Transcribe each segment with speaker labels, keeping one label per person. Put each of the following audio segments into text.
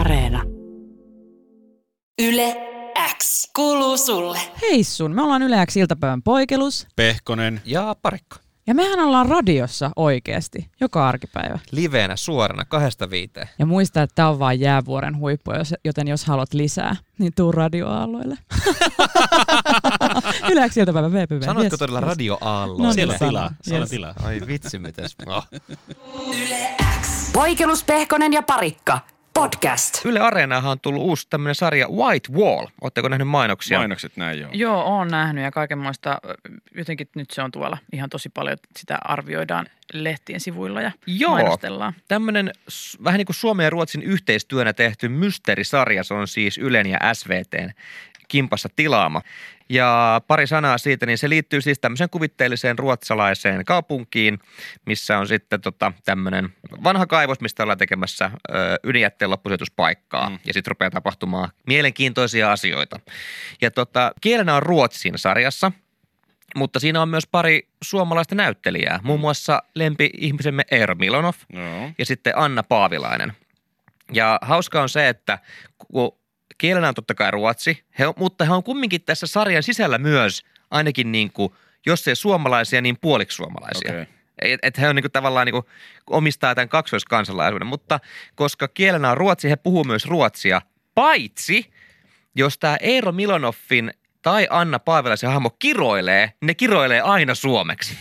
Speaker 1: Areena.
Speaker 2: Yle X kuuluu sulle.
Speaker 1: Hei sun, me ollaan Yleäks iltapäivän poikelus.
Speaker 3: Pehkonen.
Speaker 4: Ja parikko.
Speaker 1: Ja mehän ollaan radiossa oikeasti, joka arkipäivä.
Speaker 4: Liveenä suorana kahdesta viiteen.
Speaker 1: Ja muista, että tää on vaan jäävuoren huippu, jos- joten jos haluat lisää, niin tuu radioaalloille. Yleäks iltapäivän VPV.
Speaker 4: Sanoitko
Speaker 1: Yes,
Speaker 4: todella
Speaker 1: yes.
Speaker 4: radioaallo?
Speaker 1: No niin.
Speaker 3: Siellä on
Speaker 1: Yes.
Speaker 3: tilaa. Siellä on
Speaker 1: Yes.
Speaker 3: tilaa.
Speaker 4: Ai vitsi, mitäs. Oh.
Speaker 2: Poikelus Pehkonen ja Parikka. Podcast.
Speaker 4: Yle Areenahan on tullut uusi tämmöinen sarja White Wall. Oletteko nähnyt mainoksia?
Speaker 3: Mainokset näin joo.
Speaker 5: Joo, oon nähnyt ja kaikenmoista, jotenkin nyt se on tuolla ihan tosi paljon, sitä arvioidaan lehtien sivuilla ja
Speaker 4: Joo.
Speaker 5: mainostellaan.
Speaker 4: Tämmöinen s- vähän niin kuin Suomen ja Ruotsin yhteistyönä tehty mysteerisarja, se on siis Ylen ja SVTn kimpassa tilaama. Ja pari sanaa siitä, niin se liittyy siis tämmöiseen kuvitteelliseen ruotsalaiseen kaupunkiin, missä on sitten tota, tämmöinen vanha kaivos, mistä ollaan tekemässä ö, ydinjätteen loppusijoituspaikkaa.
Speaker 3: Mm.
Speaker 4: Mm. Ja sitten rupeaa tapahtumaan mielenkiintoisia asioita. Ja tota, kielenä on ruotsin sarjassa, mutta siinä on myös pari suomalaista näyttelijää. Muun muassa lempi-ihmisemme Eero Milonov
Speaker 3: Joo.
Speaker 4: ja sitten Anna Paavilainen. Ja hauska on se, että kun kielenä on totta kai ruotsi, he, on- mutta he on kumminkin tässä sarjan sisällä myös ainakin niin kuin, jos ei suomalaisia, niin puoliksi suomalaisia.
Speaker 3: Okei.
Speaker 4: Okay. Että et he on niinku tavallaan niinku omistaa tämän kaksoiskansalaisuuden, mutta koska kielenä on ruotsi, he puhuu myös ruotsia, paitsi jos tämä Eero Milonoffin tai Anna Paavilaisen hahmo kiroilee, niin ne kiroilee aina suomeksi.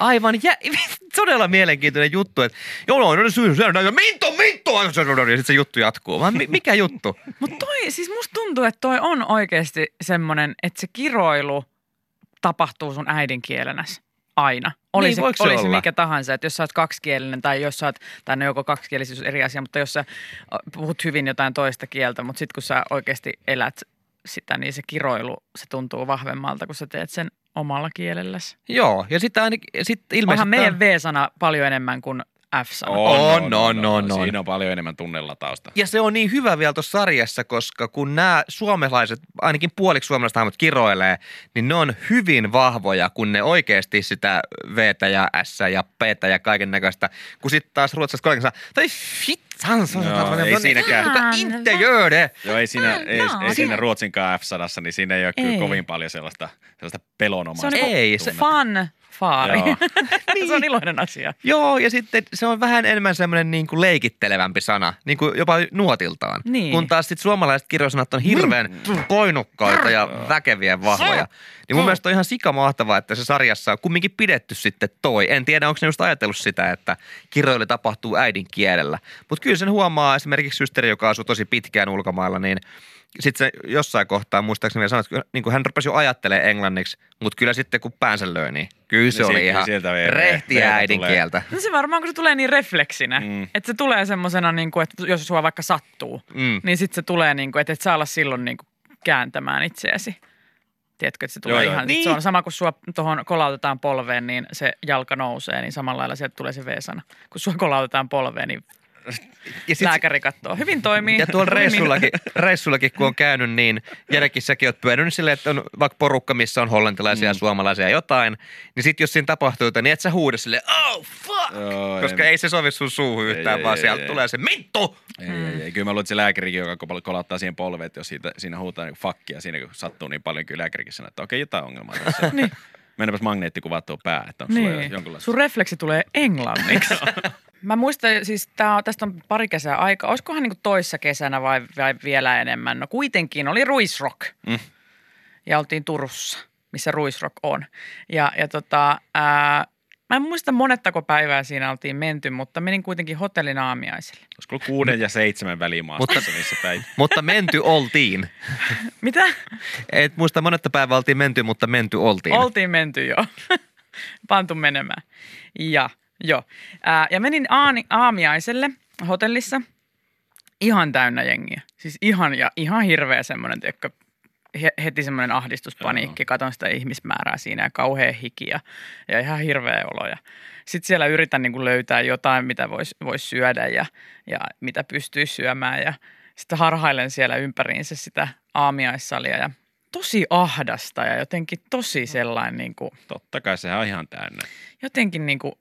Speaker 4: Aivan jä, todella mielenkiintoinen juttu, että jolloin on niin, syy, minto, minto, ja sitten se juttu jatkuu. Vaan mi- mikä juttu?
Speaker 5: Mutta toi, siis musta tuntuu, että toi on oikeasti semmoinen, että se kiroilu tapahtuu sun äidinkielenäs aina. Oli,
Speaker 4: Niin,
Speaker 5: se,
Speaker 4: voiko se
Speaker 5: oli se
Speaker 4: olla?
Speaker 5: mikä tahansa, että jos sä oot kaksikielinen tai jos sä oot, tai no joko kaksikielisyys on eri asia, mutta jos sä ö, puhut hyvin jotain toista kieltä, mutta sitten kun sä oikeasti elät sitä, niin se kiroilu, se tuntuu vahvemmalta, kun sä teet sen omalla kielelläsi.
Speaker 4: Joo, ja sitten ainakin, sit ilmeisesti...
Speaker 5: Onhan meidän
Speaker 4: tää-
Speaker 5: V-sana paljon enemmän kuin F-sana.
Speaker 4: On, on, on, on.
Speaker 3: Siinä on paljon enemmän tunnelatausta.
Speaker 4: Ja se on niin hyvä vielä tuossa sarjassa, koska kun nämä suomalaiset, ainakin puoliksi suomalaiset hahmot kiroilee, niin ne on hyvin vahvoja, kun ne oikeasti sitä v ja S ja P ja kaiken näköistä. Kun sitten taas ruotsalaiset kollegat sanoo, tai fitan,
Speaker 3: Joo, ei siinäkään.
Speaker 4: Tota interiöre.
Speaker 3: Joo, ei siinä, ei,
Speaker 5: no.
Speaker 3: ei siinä ruotsinkaan F-sadassa, niin siinä ei ole kyllä
Speaker 5: Ei.
Speaker 3: kovin paljon sellaista, sellaista
Speaker 5: Se
Speaker 3: pelonomaista.
Speaker 5: on niinku
Speaker 4: Ei, Niin.
Speaker 5: se
Speaker 4: se-
Speaker 5: fun faari.
Speaker 3: Joo.
Speaker 5: se on iloinen asia.
Speaker 4: Joo, ja sitten se on vähän enemmän semmoinen niin kuin leikittelevämpi sana, niin kuin jopa nuotiltaan.
Speaker 5: Niin.
Speaker 4: Kun taas sitten suomalaiset kirjosanat on hirveän painokkaita ja väkeviä ja vahvoja. Niin mun mielestä on ihan sikamahtavaa, että se sarjassa on kumminkin pidetty sitten toi. En tiedä, onko ne just ajatellut sitä, että kirjoille tapahtuu äidinkielellä. Mutta kyllä sen huomaa esimerkiksi systeri, joka asuu tosi pitkään ulkomailla, niin sitten se jossain kohtaa, muistaakseni vielä sanoit, niin kuin hän rupesi jo ajattelemaan englanniksi, mutta kyllä sitten kun päänsä löi, niin kyllä se
Speaker 3: Niin
Speaker 4: oli
Speaker 3: siitä-
Speaker 4: ihan
Speaker 3: sieltä vielä- vielä
Speaker 4: rehtiä
Speaker 3: tulee.
Speaker 4: äidinkieltä.
Speaker 5: No se varmaan, kun se tulee niin refleksinä,
Speaker 3: Mm.
Speaker 5: mm. että se tulee semmoisena, niin kuin, että jos sua vaikka sattuu,
Speaker 4: Mm.
Speaker 5: niin sitten se tulee, niin kuin, että et saa olla silloin niin kuin, kääntämään itseäsi. Tiedätkö, että se tulee
Speaker 3: Joo,
Speaker 5: joo,
Speaker 3: joo.
Speaker 5: ihan, niin. se on sama, kun sua tuohon kolautetaan polveen, niin se jalka nousee, niin samalla lailla sieltä tulee se V-sana. Kun sua kolautetaan polveen, niin
Speaker 4: Ja sit,
Speaker 5: lääkäri Niin. katsoo. Hyvin toimii.
Speaker 4: ja tuolla
Speaker 5: Hyvin.
Speaker 4: reissullakin, reissullakin, kun on käynyt, niin Jerekin säkin oot pyörinyt silleen, että on vaikka porukka, missä on hollantilaisia
Speaker 3: Mm.
Speaker 4: ja suomalaisia ja jotain, niin sit jos siinä tapahtuu jotain, niin et sä huuda silleen, oh fuck,
Speaker 3: Joo,
Speaker 4: koska
Speaker 3: en-
Speaker 4: ei se sovi sun suuhun
Speaker 3: Ei,
Speaker 4: yhtään,
Speaker 3: ei,
Speaker 4: vaan
Speaker 3: ei,
Speaker 4: sieltä
Speaker 3: ei.
Speaker 4: tulee se mittu.
Speaker 3: Ei, ei, ei. Kyllä mä luulen, että se lääkärikin, joka kol- kolauttaa siihen polveen, että jos siitä, siinä huutaa niin fakkia siinä, kun sattuu niin paljon, kyllä lääkärikin sanoo, että okei, jotain ongelmaa tässä. niin. Mennäpäs magneettikuvaa tuo pää, että onko sulla
Speaker 5: Niin.
Speaker 3: jonkinlaista.
Speaker 5: Sun refleksi tulee englanniksi. Mä muistan, siis tää, on- tästä on pari kesää aika. Olisikohan niinku toissa kesänä vai, vai vielä enemmän? No kuitenkin oli Ruisrock.
Speaker 3: Mm.
Speaker 5: Ja oltiin Turussa, missä Ruisrock on. Ja, ja tota, ää, mä en muista monettako päivää siinä oltiin menty, mutta menin kuitenkin hotellin aamiaiselle.
Speaker 3: Olisiko ollut kuuden ja seitsemän välimaastossa, Mutta... missä päin?
Speaker 4: Mutta menty oltiin.
Speaker 5: Mitä?
Speaker 4: Et muista monetta päivää oltiin menty, mutta menty oltiin.
Speaker 5: Oltiin menty jo. Pantu menemään. Ja, jo. Ää, ja menin aani, aamiaiselle hotellissa. Ihan täynnä jengiä. Siis ihan, ja, ihan hirveä semmoinen, tiedätkö, he- heti semmoinen ahdistuspaniikki. Katon sitä ihmismäärää siinä ja kauhea hiki ja, ja ihan hirveä olo. Ja sitten siellä yritän niin kuin löytää jotain, mitä voisi vois syödä ja, ja mitä pystyy syömään. Ja sitten harhailen siellä ympäriinsä sitä aamiaissalia ja tosi ahdasta ja jotenkin tosi sellainen niin kuin,
Speaker 3: Totta kai sehän on ihan täynnä.
Speaker 5: jotenkin niin kuin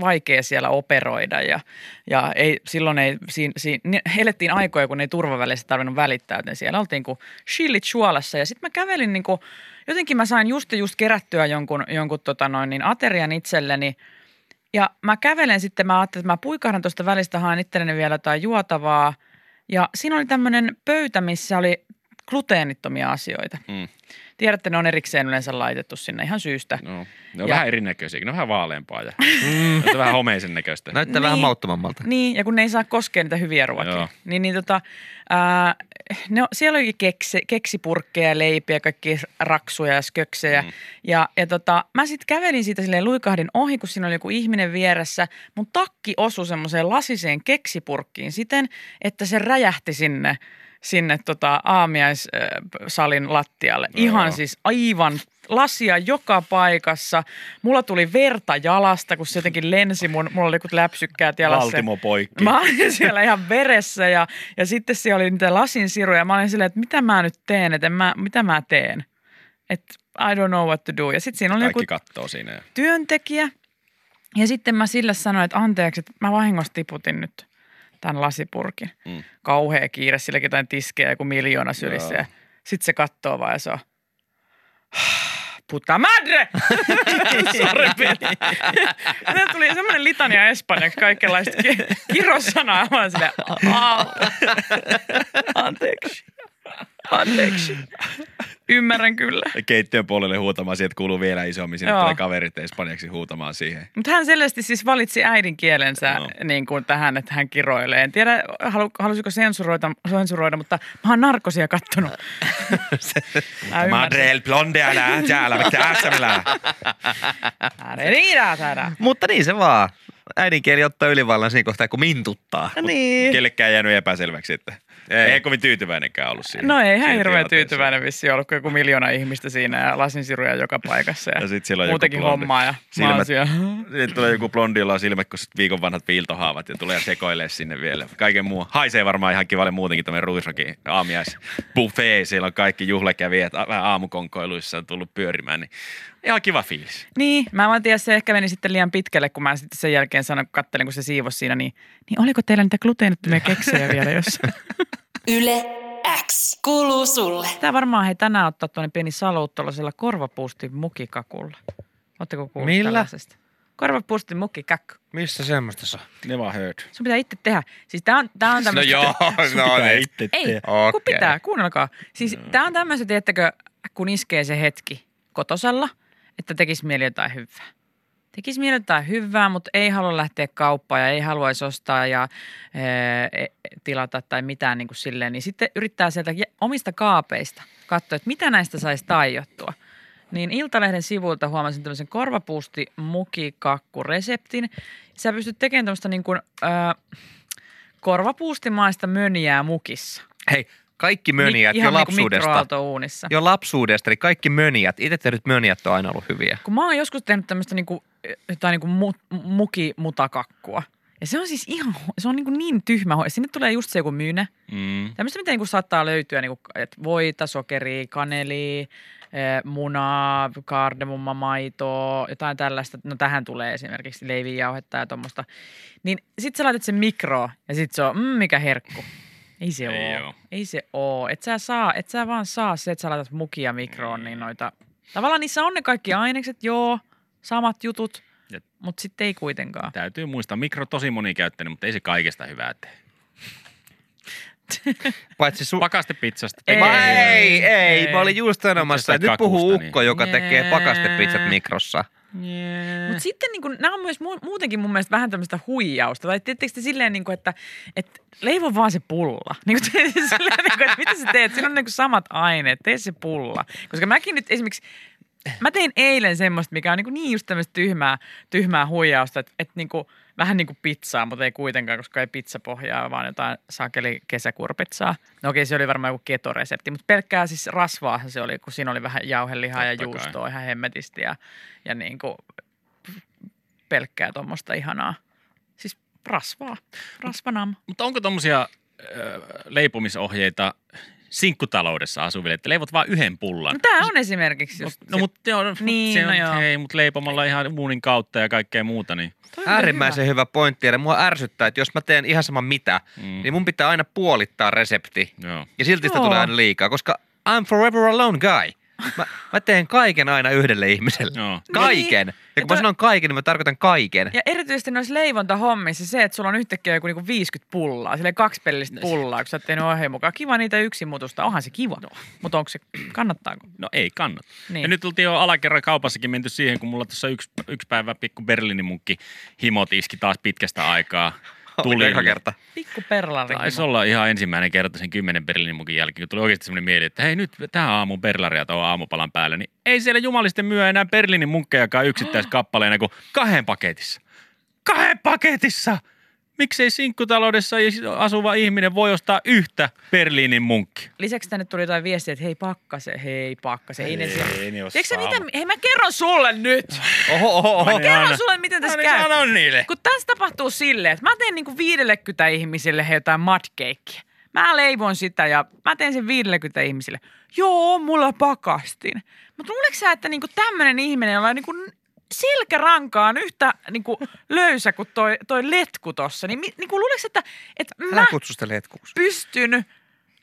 Speaker 5: vaikea siellä operoida ja, ja ei, silloin ei, siin, siin, ni- elettiin aikoja, kun ei turvavälissä tarvinnut välittää, joten siellä oltiin kuin shillit suolassa ja sitten mä kävelin niin kuin, jotenkin mä sain just ja just kerättyä jonkun, jonkun tota noin, niin aterian itselleni ja mä kävelen sitten, mä ajattelin, että mä puikahdan tuosta välistä, haen itselleni vielä jotain juotavaa ja siinä oli tämmöinen pöytä, missä oli gluteenittomia asioita.
Speaker 3: Mm.
Speaker 5: Tiedätte, ne on erikseen yleensä laitettu sinne ihan syystä.
Speaker 3: No, ne on
Speaker 5: Ja-
Speaker 3: vähän erinäköisiä, ne on vähän vaaleampaa ja ne on vähän homeisen näköistä.
Speaker 4: Näyttää vähän
Speaker 5: Niin.
Speaker 4: mauttomammalta.
Speaker 5: Niin, ja kun ne ei saa koskea niitä hyviä ruokia.
Speaker 3: Joo.
Speaker 5: Niin, niin tota, ää, ne, on- siellä oli keksi, keksipurkkeja, ja leipiä, kaikki raksuja ja sköksejä. Mm. Ja, ja tota, mä sitten kävelin siitä silleen luikahdin ohi, kun siinä oli joku ihminen vieressä. Mun takki osui semmoiseen lasiseen keksipurkkiin siten, että se räjähti sinne sinne tota aamiaissalin lattialle.
Speaker 3: Joo.
Speaker 5: Ihan siis aivan lasia joka paikassa. Mulla tuli verta jalasta, kun se jotenkin lensi. Mun, mulla oli jotkut läpsykkäät jalassa.
Speaker 3: Valtimo poikki.
Speaker 5: Mä olin siellä ihan veressä ja, ja sitten siellä oli niitä lasinsiruja. Mä olin silleen, että mitä mä nyt teen, että en mä, mitä mä teen. Että I don't know what to do. Ja sitten siinä oli joku
Speaker 3: Kaikki kattoo siinä. ja-
Speaker 5: työntekijä. Ja sitten mä sille sanoin, että anteeksi, että mä vahingossa tiputin nyt tämän lasipurkin.
Speaker 3: Mm.
Speaker 5: Mm. Kauhea kiire, silläkin jotain tiskejä, joku miljoona sylissä.
Speaker 3: Joo.
Speaker 5: Ja Sitten se kattoo vaan ja se on, puta madre! Sorry, Peti. Meillä tuli semmoinen litania espanjaksi kaikenlaista ki- kirosanaa. Mä olin silleen, "Au." anteeksi, anteeksi. Ymmärrän kyllä.
Speaker 3: Ja Keittiön puolelle huutamaan, sieltä kuuluu vielä isommin, sinne
Speaker 5: Joo.
Speaker 3: tulee kaverit espanjaksi huutamaan siihen.
Speaker 5: Mutta hän selvästi siis valitsi äidinkielensä
Speaker 3: Joo.
Speaker 5: no. niin kuin tähän, että hän kiroilee. En tiedä, halu, halusiko sensuroida, sensuroida, mutta mä oon narkosia kattonut. Mä ymmärsin.
Speaker 3: Madre el blonde älä, täällä, mitä ässämillä.
Speaker 5: Ääre riidaa täällä.
Speaker 4: Mutta niin se vaan. Äidinkieli ottaa ylivallan siinä kohtaa, kun mintuttaa.
Speaker 5: Niin.
Speaker 3: Kellekään ei jäänyt epäselväksi, että ei,
Speaker 4: Ei.
Speaker 3: ei kovin tyytyväinenkään ollut siinä.
Speaker 5: No ei ihan
Speaker 3: siinä
Speaker 5: hirveän
Speaker 3: tilanteessa.
Speaker 5: tyytyväinen vissi ollut, kun joku miljoona ihmistä siinä ja lasinsiruja joka paikassa ja,
Speaker 3: Ja No sit siellä on joku
Speaker 5: muutenkin
Speaker 3: blondi.
Speaker 5: hommaa. Ja mä oon
Speaker 3: Silmät-
Speaker 5: siellä-
Speaker 3: Sitten tulee joku blondi, jolla on silmät, kun viikon vanhat viiltohaavat ja tulee sekoilee sinne vielä. Kaiken muu. Haisee varmaan ihan kivalle muutenkin tämmöinen ruisroki aamiais buffet. Siellä on kaikki juhlakävijät a- vähän aamukonkoiluissa on tullut pyörimään. Niin ihan kiva fiilis.
Speaker 5: Niin, mä vaan tiedä, se ehkä meni sitten liian pitkälle, kun mä sitten sen jälkeen sanoin, kun kattelin, kun se siivosi siinä, niin, niin oliko teillä niitä gluteenittomia keksejä vielä jossain?
Speaker 2: Yle X kuuluu sulle.
Speaker 5: Pitää varmaan hei tänään ottaa tuonne pieni salut tuollaisella korvapuustin mukikakulla. Oletteko kuullut
Speaker 4: Millä?
Speaker 5: tällaisesta? Korvapuustin mukkikakku.
Speaker 4: Missä semmoista saa?
Speaker 3: Never heard.
Speaker 5: Sun pitää itse tehdä. Siis tää on, tää on
Speaker 4: No
Speaker 5: tämmöistä...
Speaker 4: joo, no niin.
Speaker 5: Ei,
Speaker 4: Okei.
Speaker 5: okay. kun pitää, kuunnelkaa. Siis tää on tämmöistä, tiettäkö, kun iskee se hetki kotosalla, että tekisi mieli jotain hyvää. Tekisi mieli jotain hyvää, mutta ei halua lähteä kauppaan ja ei haluaisi ostaa ja e, tilata tai mitään niin kuin silleen. Niin sitten yrittää sieltä jä- omista kaapeista katsoa, että mitä näistä saisi taiottua. Niin Iltalehden sivuilta huomasin tämmöisen korvapuusti mukikakkureseptin. Sä pystyt tekemään tämmöistä niin kuin, ö, korvapuustimaista mönjää mukissa.
Speaker 4: Hei, kaikki mönijät
Speaker 5: Ihan
Speaker 4: jo
Speaker 5: niinku
Speaker 4: lapsuudesta.
Speaker 5: mikroaaltouunissa.
Speaker 4: Jo lapsuudesta, eli kaikki mönijät. Itse tehdyt mönijät on aina ollut hyviä.
Speaker 5: Kun mä oon joskus tehnyt tämmöistä niinku, eh, jotain niinku mu, mukimutakakkua. Ja se on siis ihan, se on niinku niin tyhmä. ho- Sinne tulee just se joku myyne.
Speaker 3: Mm.
Speaker 5: Tämmöistä, mitä niinku saattaa löytyä, niinku, että voita, sokeria, kanelia, eh, munaa, kardemumma, maitoa, jotain tällaista. No tähän tulee esimerkiksi leivijauhetta ja tuommoista. Niin sit sä laitat sen mikroon ja sit se on, mm, mikä herkku. Ei se
Speaker 3: Ei
Speaker 5: ei
Speaker 3: oo.
Speaker 5: oo. Ei se oo. Et sä, saa, et sä vaan saa se, että sä laitat mukia mikroon, niin noita... Tavallaan niissä on ne kaikki ainekset, joo, samat jutut,
Speaker 3: Jep.
Speaker 5: mutta sitten ei kuitenkaan.
Speaker 3: Täytyy muistaa, mikro tosi monikäyttöinen, mutta ei se kaikesta hyvää tee.
Speaker 4: Paitsi su-
Speaker 3: Pakastepizzasta.
Speaker 5: Ei.
Speaker 3: tekee
Speaker 4: Mä-
Speaker 3: hyvää.
Speaker 4: ei, ei,
Speaker 5: Ei.
Speaker 4: Mä olin just sanomassa,
Speaker 3: Tästä
Speaker 4: että nyt puhuu
Speaker 3: kakusta,
Speaker 4: ukko, joka
Speaker 5: niin.
Speaker 4: tekee
Speaker 5: Jee.
Speaker 4: pakastepizzat mikrossa.
Speaker 5: Mutta sitten niin nämä on myös mu- muutenkin mun mielestä vähän tämmöistä huijausta. Tai tiettekö te silleen, niin kuin, että, että leivo vaan se pulla. Niin kuin, silleen, niin kuin, että mitä sä teet? Siinä on niin kuin samat aineet, tee se pulla. Koska mäkin nyt esimerkiksi, mä tein eilen semmoista, mikä on niin, kuin niin just tämmöistä tyhmää, tyhmää huijausta, että, että niin kuin, vähän niin kuin pizzaa, mutta ei kuitenkaan, koska ei pizzapohjaa, vaan jotain saakeli kesäkurpitsaa. No okei, se oli varmaan joku ketoresepti, mutta pelkkää siis rasvaa se oli, kun siinä oli vähän jauhelihaa ja
Speaker 3: Totta kai.
Speaker 5: juustoa ihan hemmetisti ja, ja niin kuin pelkkää tuommoista ihanaa. Siis rasvaa. Rasvanam.
Speaker 3: Mutta onko tuommoisia leipomisohjeita sinkkutaloudessa asuville, että leivot vain yhden pullan.
Speaker 5: No, tämä on esimerkiksi just
Speaker 3: No, mutta
Speaker 5: Niin,
Speaker 3: se
Speaker 5: no
Speaker 3: on,
Speaker 5: joo.
Speaker 3: hei, mut leipomalla ihan muunin kautta ja kaikkea muuta, niin
Speaker 5: Toi oli
Speaker 4: Äärimmäisen hyvä pointti. Ja mua ärsyttää, että jos mä teen ihan sama mitä, mm. niin mun pitää aina puolittaa resepti.
Speaker 3: joo.
Speaker 4: Ja silti sitä
Speaker 5: Joo.
Speaker 4: tulee aina liikaa, koska I'm forever alone guy. Mä, mä teen kaiken aina yhdelle ihmiselle.
Speaker 3: Joo.
Speaker 4: Kaiken.
Speaker 5: Niin.
Speaker 4: Ja
Speaker 5: Ja
Speaker 4: kun
Speaker 5: toi-
Speaker 4: mä sanon kaiken, niin mä tarkoitan kaiken.
Speaker 5: Ja erityisesti noissa leivontahommissa se, että sulla on yhtäkkiä joku niinku 50 pullaa, sille kaksi pellistä
Speaker 3: No
Speaker 5: pullaa, kun sä oot tehnyt ohjeen mukaan. Kiva niitä yksin mutusta, onhan se kiva. No. Mutta onko se, kannattaako?
Speaker 3: No ei kannata. Niin.
Speaker 5: Niin.
Speaker 3: Ja nyt tultiin jo alakerran kaupassakin menty siihen, kun mulla tuossa yksi, yksi päivä pikku Berliinin munkki himot iski taas pitkästä aikaa.
Speaker 4: Oliko eka
Speaker 3: Tuli.
Speaker 4: kerta.
Speaker 5: Pikku perlari.
Speaker 3: Taisi olla ihan ensimmäinen kerta sen kymmenen Berliinin munkin jälkeen, kun tuli oikeasti semmoinen mieli, että hei nyt tähän aamun perlaria tuohon aamupalan päälle, niin ei siellä jumalisten myö enää Berliinin munkkejakaan yksittäiskappaleena kuin kahden paketissa. Kahden paketissa! Miksei sinkkutaloudessa asuva ihminen voi ostaa yhtä Berliinin munkkia?
Speaker 5: Lisäksi tänne tuli jotain viestiä, että hei pakkase, hei pakkase. Ei, ne
Speaker 3: Ei,
Speaker 5: siellä-
Speaker 3: ei ne oo
Speaker 5: Tiedätkö sä
Speaker 3: sama.
Speaker 5: mitä, hei mä kerron sulle nyt.
Speaker 4: Oho, oho, oho.
Speaker 5: Mä
Speaker 3: anna.
Speaker 5: kerron sulle, miten tässä käy.
Speaker 3: sano niille.
Speaker 5: Kun tässä tapahtuu silleen, että mä teen niinku 50 ihmisille he jotain mudcakeä. Mä leivon sitä ja mä teen sen 50 ihmisille. Joo, mulla pakastin. Mutta luuleeko sä, että niinku tämmöinen ihminen, jolla on niinku selkäranka on yhtä niinku löysä kuin toi, toi letku tossa, niin mi- niinku luuleeko sä, että, että mä
Speaker 4: Älä kutsu sitä letkuksi.
Speaker 5: pystyn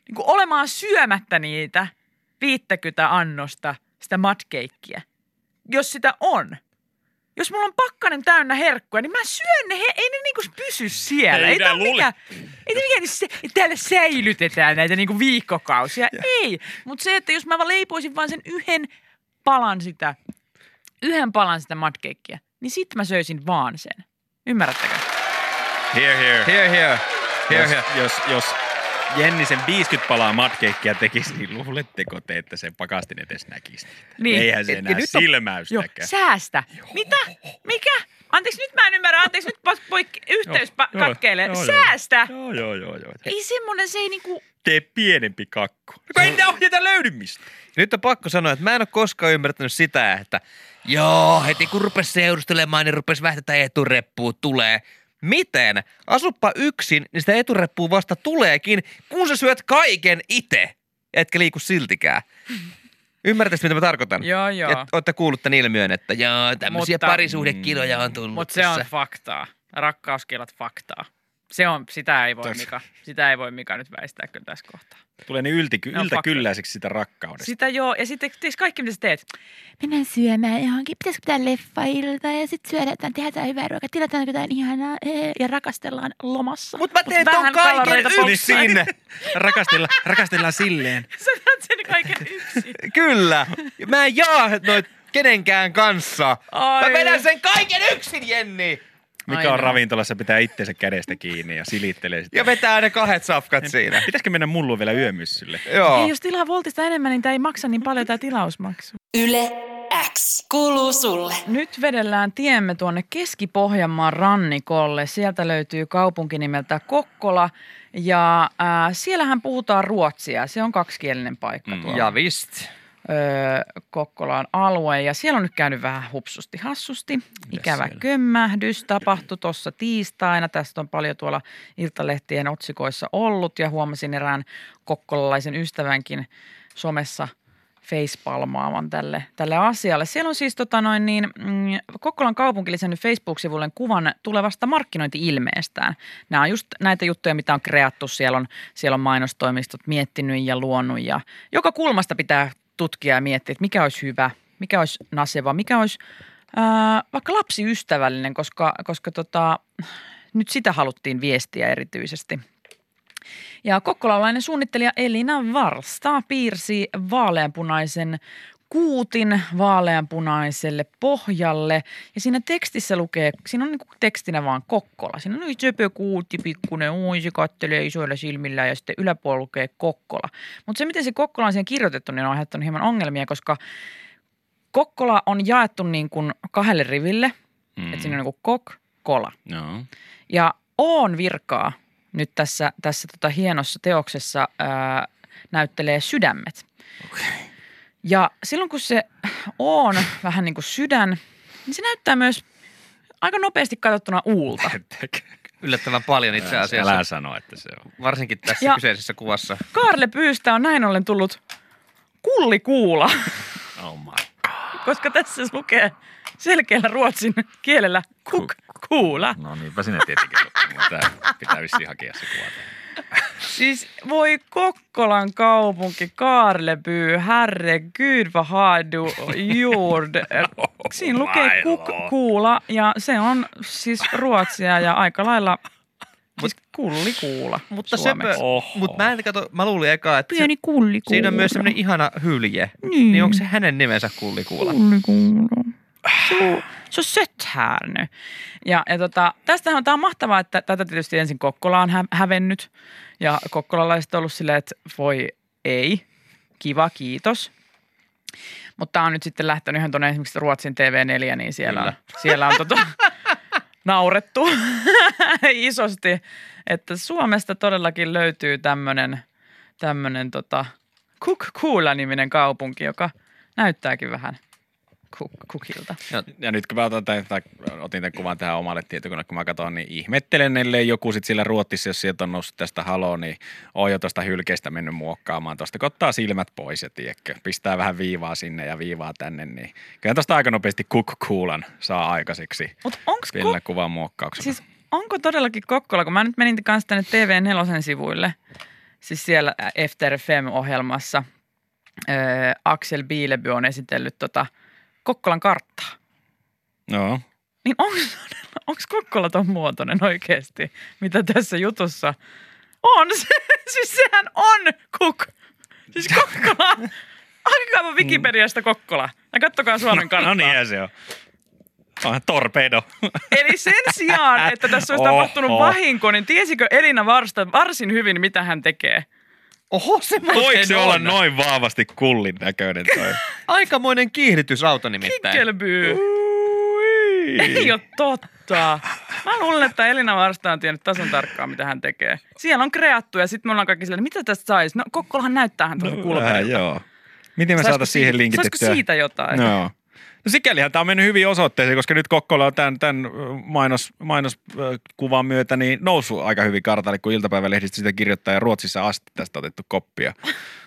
Speaker 5: niinku olemaan syömättä niitä 50 annosta sitä matkeikkiä, jos sitä on. Jos mulla on pakkanen täynnä herkkua, niin mä syön ne, he, ei ne niinku pysy siellä.
Speaker 3: Ei
Speaker 5: Ei,
Speaker 3: nää
Speaker 5: tää ole
Speaker 3: luule.
Speaker 5: mikään, ei tää mikään, se, että täällä säilytetään näitä niinku viikkokausia. Ei, mutta se, että jos mä vaan leipoisin vaan sen yhden palan sitä, yhden palan sitä matkeikkiä, niin sit mä söisin vaan sen. Ymmärrättekö?
Speaker 3: Here, here.
Speaker 4: Here, here. Here,
Speaker 3: Jos,
Speaker 4: here.
Speaker 3: jos, jos Jenni sen 50 palaa matkeikkiä tekisi, niin luuletteko te, että sen pakastin edes näkisi?
Speaker 5: Niin.
Speaker 3: Eihän se
Speaker 4: Et- ja
Speaker 3: enää
Speaker 4: nyt on-
Speaker 5: Joo,
Speaker 3: silmäystäkään.
Speaker 5: säästä. Mitä? Mikä? Anteeksi, nyt mä en ymmärrä. Anteeksi, nyt pas, poikki, yhteys pa-
Speaker 3: Joo,
Speaker 5: katkeilee.
Speaker 3: joo, joo.
Speaker 5: säästä.
Speaker 3: Joo, joo, joo, joo.
Speaker 5: Ei semmonen, se ei niinku...
Speaker 3: Tee pienempi kakku. No, kun ei niitä ohjeita löydy mistään.
Speaker 4: Nyt on pakko sanoa, että mä en ole koskaan ymmärtänyt sitä, että joo, heti kun rupes seurustelemaan, niin rupes vähän tätä etureppua tulee. Miten? Asuppa yksin, niin sitä etureppua vasta tuleekin, kun sä syöt kaiken itse, etkä liiku siltikään. Ymmärtäisit, mitä mä tarkoitan?
Speaker 5: Joo, joo.
Speaker 4: Et, ootte kuullut tämän ilmiön, että joo, tämmöisiä
Speaker 5: Mutta-
Speaker 4: parisuhdekiloja on tullut
Speaker 5: Mutta se on
Speaker 4: tässä.
Speaker 5: faktaa. Rakkauskielat faktaa. Se on, sitä ei voi
Speaker 3: Totta.
Speaker 5: Mika, sitä ei voi Mika nyt väistää kyllä tässä kohtaa.
Speaker 3: Tulee niin ylti,
Speaker 5: Ne on
Speaker 3: yltä
Speaker 5: faktoja.
Speaker 3: kylläiseksi sitä rakkaudesta.
Speaker 5: Sitä joo, ja sitten tiiäks kaikki mitä sä teet.
Speaker 6: mennään syömään johonkin, pitäisikö pitää leffailta ja sitten syödään jotain, tehdään jotain hyvää ruokaa, tilataan jotain ihanaa ee, ja rakastellaan lomassa.
Speaker 4: Mutta mä teen ton
Speaker 5: Vähän
Speaker 4: kaiken
Speaker 5: kaloreita
Speaker 4: yksin.
Speaker 3: Niin
Speaker 4: Niin
Speaker 3: Rakastellaan, rakastellaan silleen.
Speaker 5: Sä teet sen kaiken yksin.
Speaker 4: Kyllä. Mä en jaa noit kenenkään kanssa.
Speaker 5: Ai.
Speaker 4: Mä vedän sen kaiken yksin, Jenni!
Speaker 3: Mikä on
Speaker 5: Aina.
Speaker 3: ravintolassa, pitää itteensä kädestä kiinni ja silittelee sitä.
Speaker 4: Ja vetää ne kahdet safkat siinä.
Speaker 3: Pitäisikö mennä mullu vielä yömyssylle?
Speaker 5: Ei,
Speaker 4: Joo.
Speaker 5: jos tilaa voltista enemmän, niin tämä ei maksa niin paljon tämä tilausmaksu.
Speaker 2: Yle X kuuluu sulle.
Speaker 5: Nyt vedellään tiemme tuonne Keski-Pohjanmaan rannikolle. Sieltä löytyy kaupunki nimeltä Kokkola ja ää, siellähän puhutaan ruotsia. Se on kaksikielinen paikka tuolla
Speaker 4: Ja vist.
Speaker 5: öö, Kokkolaan alue ja siellä on nyt käynyt vähän hupsusti hassusti. Ikävä kömmähdys tapahtui tuossa tiistaina. Tästä on paljon tuolla iltalehtien otsikoissa ollut ja huomasin erään kokkolalaisen ystävänkin somessa facepalmaavan tälle, tälle asialle. Siellä on siis tota noin niin, mm, Kokkolan kaupunki lisännyt Facebook-sivulle kuvan tulevasta markkinointi-ilmeestään. Nämä on just näitä juttuja, mitä on kreattu. Siellä on, siellä on mainostoimistot miettinyt ja luonut ja joka kulmasta pitää tutkia ja miettiä, että mikä olisi hyvä, mikä olisi naseva, mikä olisi ää, vaikka lapsiystävällinen, koska, koska tota, nyt sitä haluttiin viestiä erityisesti. Ja kokkolalainen suunnittelija Elina Varsta piirsi vaaleanpunaisen kuutin vaaleanpunaiselle pohjalle. Ja siinä tekstissä lukee, siinä on niinku tekstinä vaan Kokkola. Siinä on niin söpö kuutti, pikkunen, oi se kattelee isoilla silmillä ja sitten yläpuolella lukee Kokkola. Mutta se, miten se Kokkola on siihen kirjoitettu, niin on aiheuttanut hieman ongelmia, koska Kokkola on jaettu niin kuin kahdelle riville. Mm. Että siinä on niin kuin Kokkola.
Speaker 3: No.
Speaker 5: Ja Oon virkaa nyt tässä, tässä tota hienossa teoksessa ää, näyttelee sydämet. Ja silloin kun se on vähän niin kuin sydän, niin se näyttää myös aika nopeasti katsottuna uulta.
Speaker 4: yllättävän paljon itse asiassa.
Speaker 3: Älä sano, että se on.
Speaker 4: Varsinkin tässä
Speaker 5: Ja-
Speaker 4: kyseisessä kuvassa.
Speaker 5: Kaarle Pyystä on näin ollen tullut kullikuula,
Speaker 3: Oh my.
Speaker 5: koska tässä se lukee selkeällä ruotsin kielellä kuk, kuula.
Speaker 3: No niinpä sinä tietenkin. Mulla Tää pitää vissiin hakea se kuva. tähän.
Speaker 5: Siis voi Kokkolan kaupunki, Kaarlepyy, Härre, Gydva, Haadu, Jord.
Speaker 4: No,
Speaker 5: Siinä lukee
Speaker 3: my
Speaker 5: kuk,
Speaker 3: lord.
Speaker 5: kuula ja se on siis ruotsia ja aika lailla siis kullikuula
Speaker 4: Mutta sepä,
Speaker 5: suomeksi.
Speaker 3: Oho.
Speaker 4: mut mä en kato, mä luulin eka, että se,
Speaker 6: Pieni kullikuula.
Speaker 4: siinä on myös semmoinen ihana hylje. Niin. niin onko se hänen nimensä kullikuula?
Speaker 5: kullikuulu. Se on söthärny. Ja, ja tota, tästähän tämä on mahtavaa, että tätä tietysti ensin Kokkola on hä- hävennyt. Ja kokkolalaiset on ollut silleen, että voi ei, kiva, kiitos. Mutta tämä on nyt sitten lähtenyt ihan tuonne esimerkiksi Ruotsin TV4, niin siellä on, siellä on tota, naurettu isosti. Että Suomesta todellakin löytyy tämmöinen tämmönen tota, Kukkuula-niminen kaupunki, joka näyttääkin vähän kuk- kukilta.
Speaker 3: Ja nyt kun mä otan tämän, tai otin tämän kuvan tähän omalle tietokoneelle, kun mä katson, niin ihmettelen, ellei joku sit sillä Ruotsissa, jos sieltä on noussut tästä haloo, niin on jo tuosta hylkeestä mennyt muokkaamaan tuosta, kun ottaa silmät pois ja tiedätkö, pistää vähän viivaa sinne ja viivaa tänne, niin kyllä tuosta aika nopeasti kukkuulan saa aikaiseksi
Speaker 5: Mutta onko
Speaker 3: pienellä kuvan muokkauksella.
Speaker 5: siis onko todellakin Kokkola, kun mä nyt menin kanssa tänne TV4 sivuille, siis siellä After FM-ohjelmassa öö, Axel Biileby on esitellyt tota Kokkolan karttaa.
Speaker 3: No,
Speaker 5: Niin onko Kokkola ton muotoinen oikeasti, mitä tässä jutussa on? Se, siis sehän on kuk. Siis Kokkola. Hakakaapa Wikipediasta Kokkola. Ja kattokaa Suomen
Speaker 3: no
Speaker 5: karttaa.
Speaker 3: niin se on. Onhan torpedo.
Speaker 5: Eli sen sijaan, että tässä olisi
Speaker 3: Oho.
Speaker 5: tapahtunut vahinko, niin tiesikö Elina Varsta varsin hyvin, mitä hän tekee?
Speaker 4: Oho, se
Speaker 3: Voiko
Speaker 4: muuten
Speaker 3: se
Speaker 4: on.
Speaker 3: olla noin vahvasti kullin näköinen toi?
Speaker 4: Aikamoinen kiihdytysauto nimittäin.
Speaker 5: Kinkelbyy. Ei ole totta. Mä luulen, että Elina Varsta on tiennyt tasan tarkkaan, mitä hän tekee. Siellä on kreattu ja sitten me ollaan kaikki silleen, mitä tästä saisi? No Kokkolahan näyttäähän tuossa no,
Speaker 3: Vähän Äh, joo. Miten me saataisiin siihen linkitettyä?
Speaker 5: Saisiko siitä jotain?
Speaker 3: No. no sikälihän tämä on mennyt hyvin osoitteeseen, koska nyt Kokkola on tämän, tämän mainos, mainoskuvan myötä niin noussut aika hyvin kartalle, kun iltapäivälehdistä sitä kirjoittaa ja Ruotsissa asti tästä otettu koppia.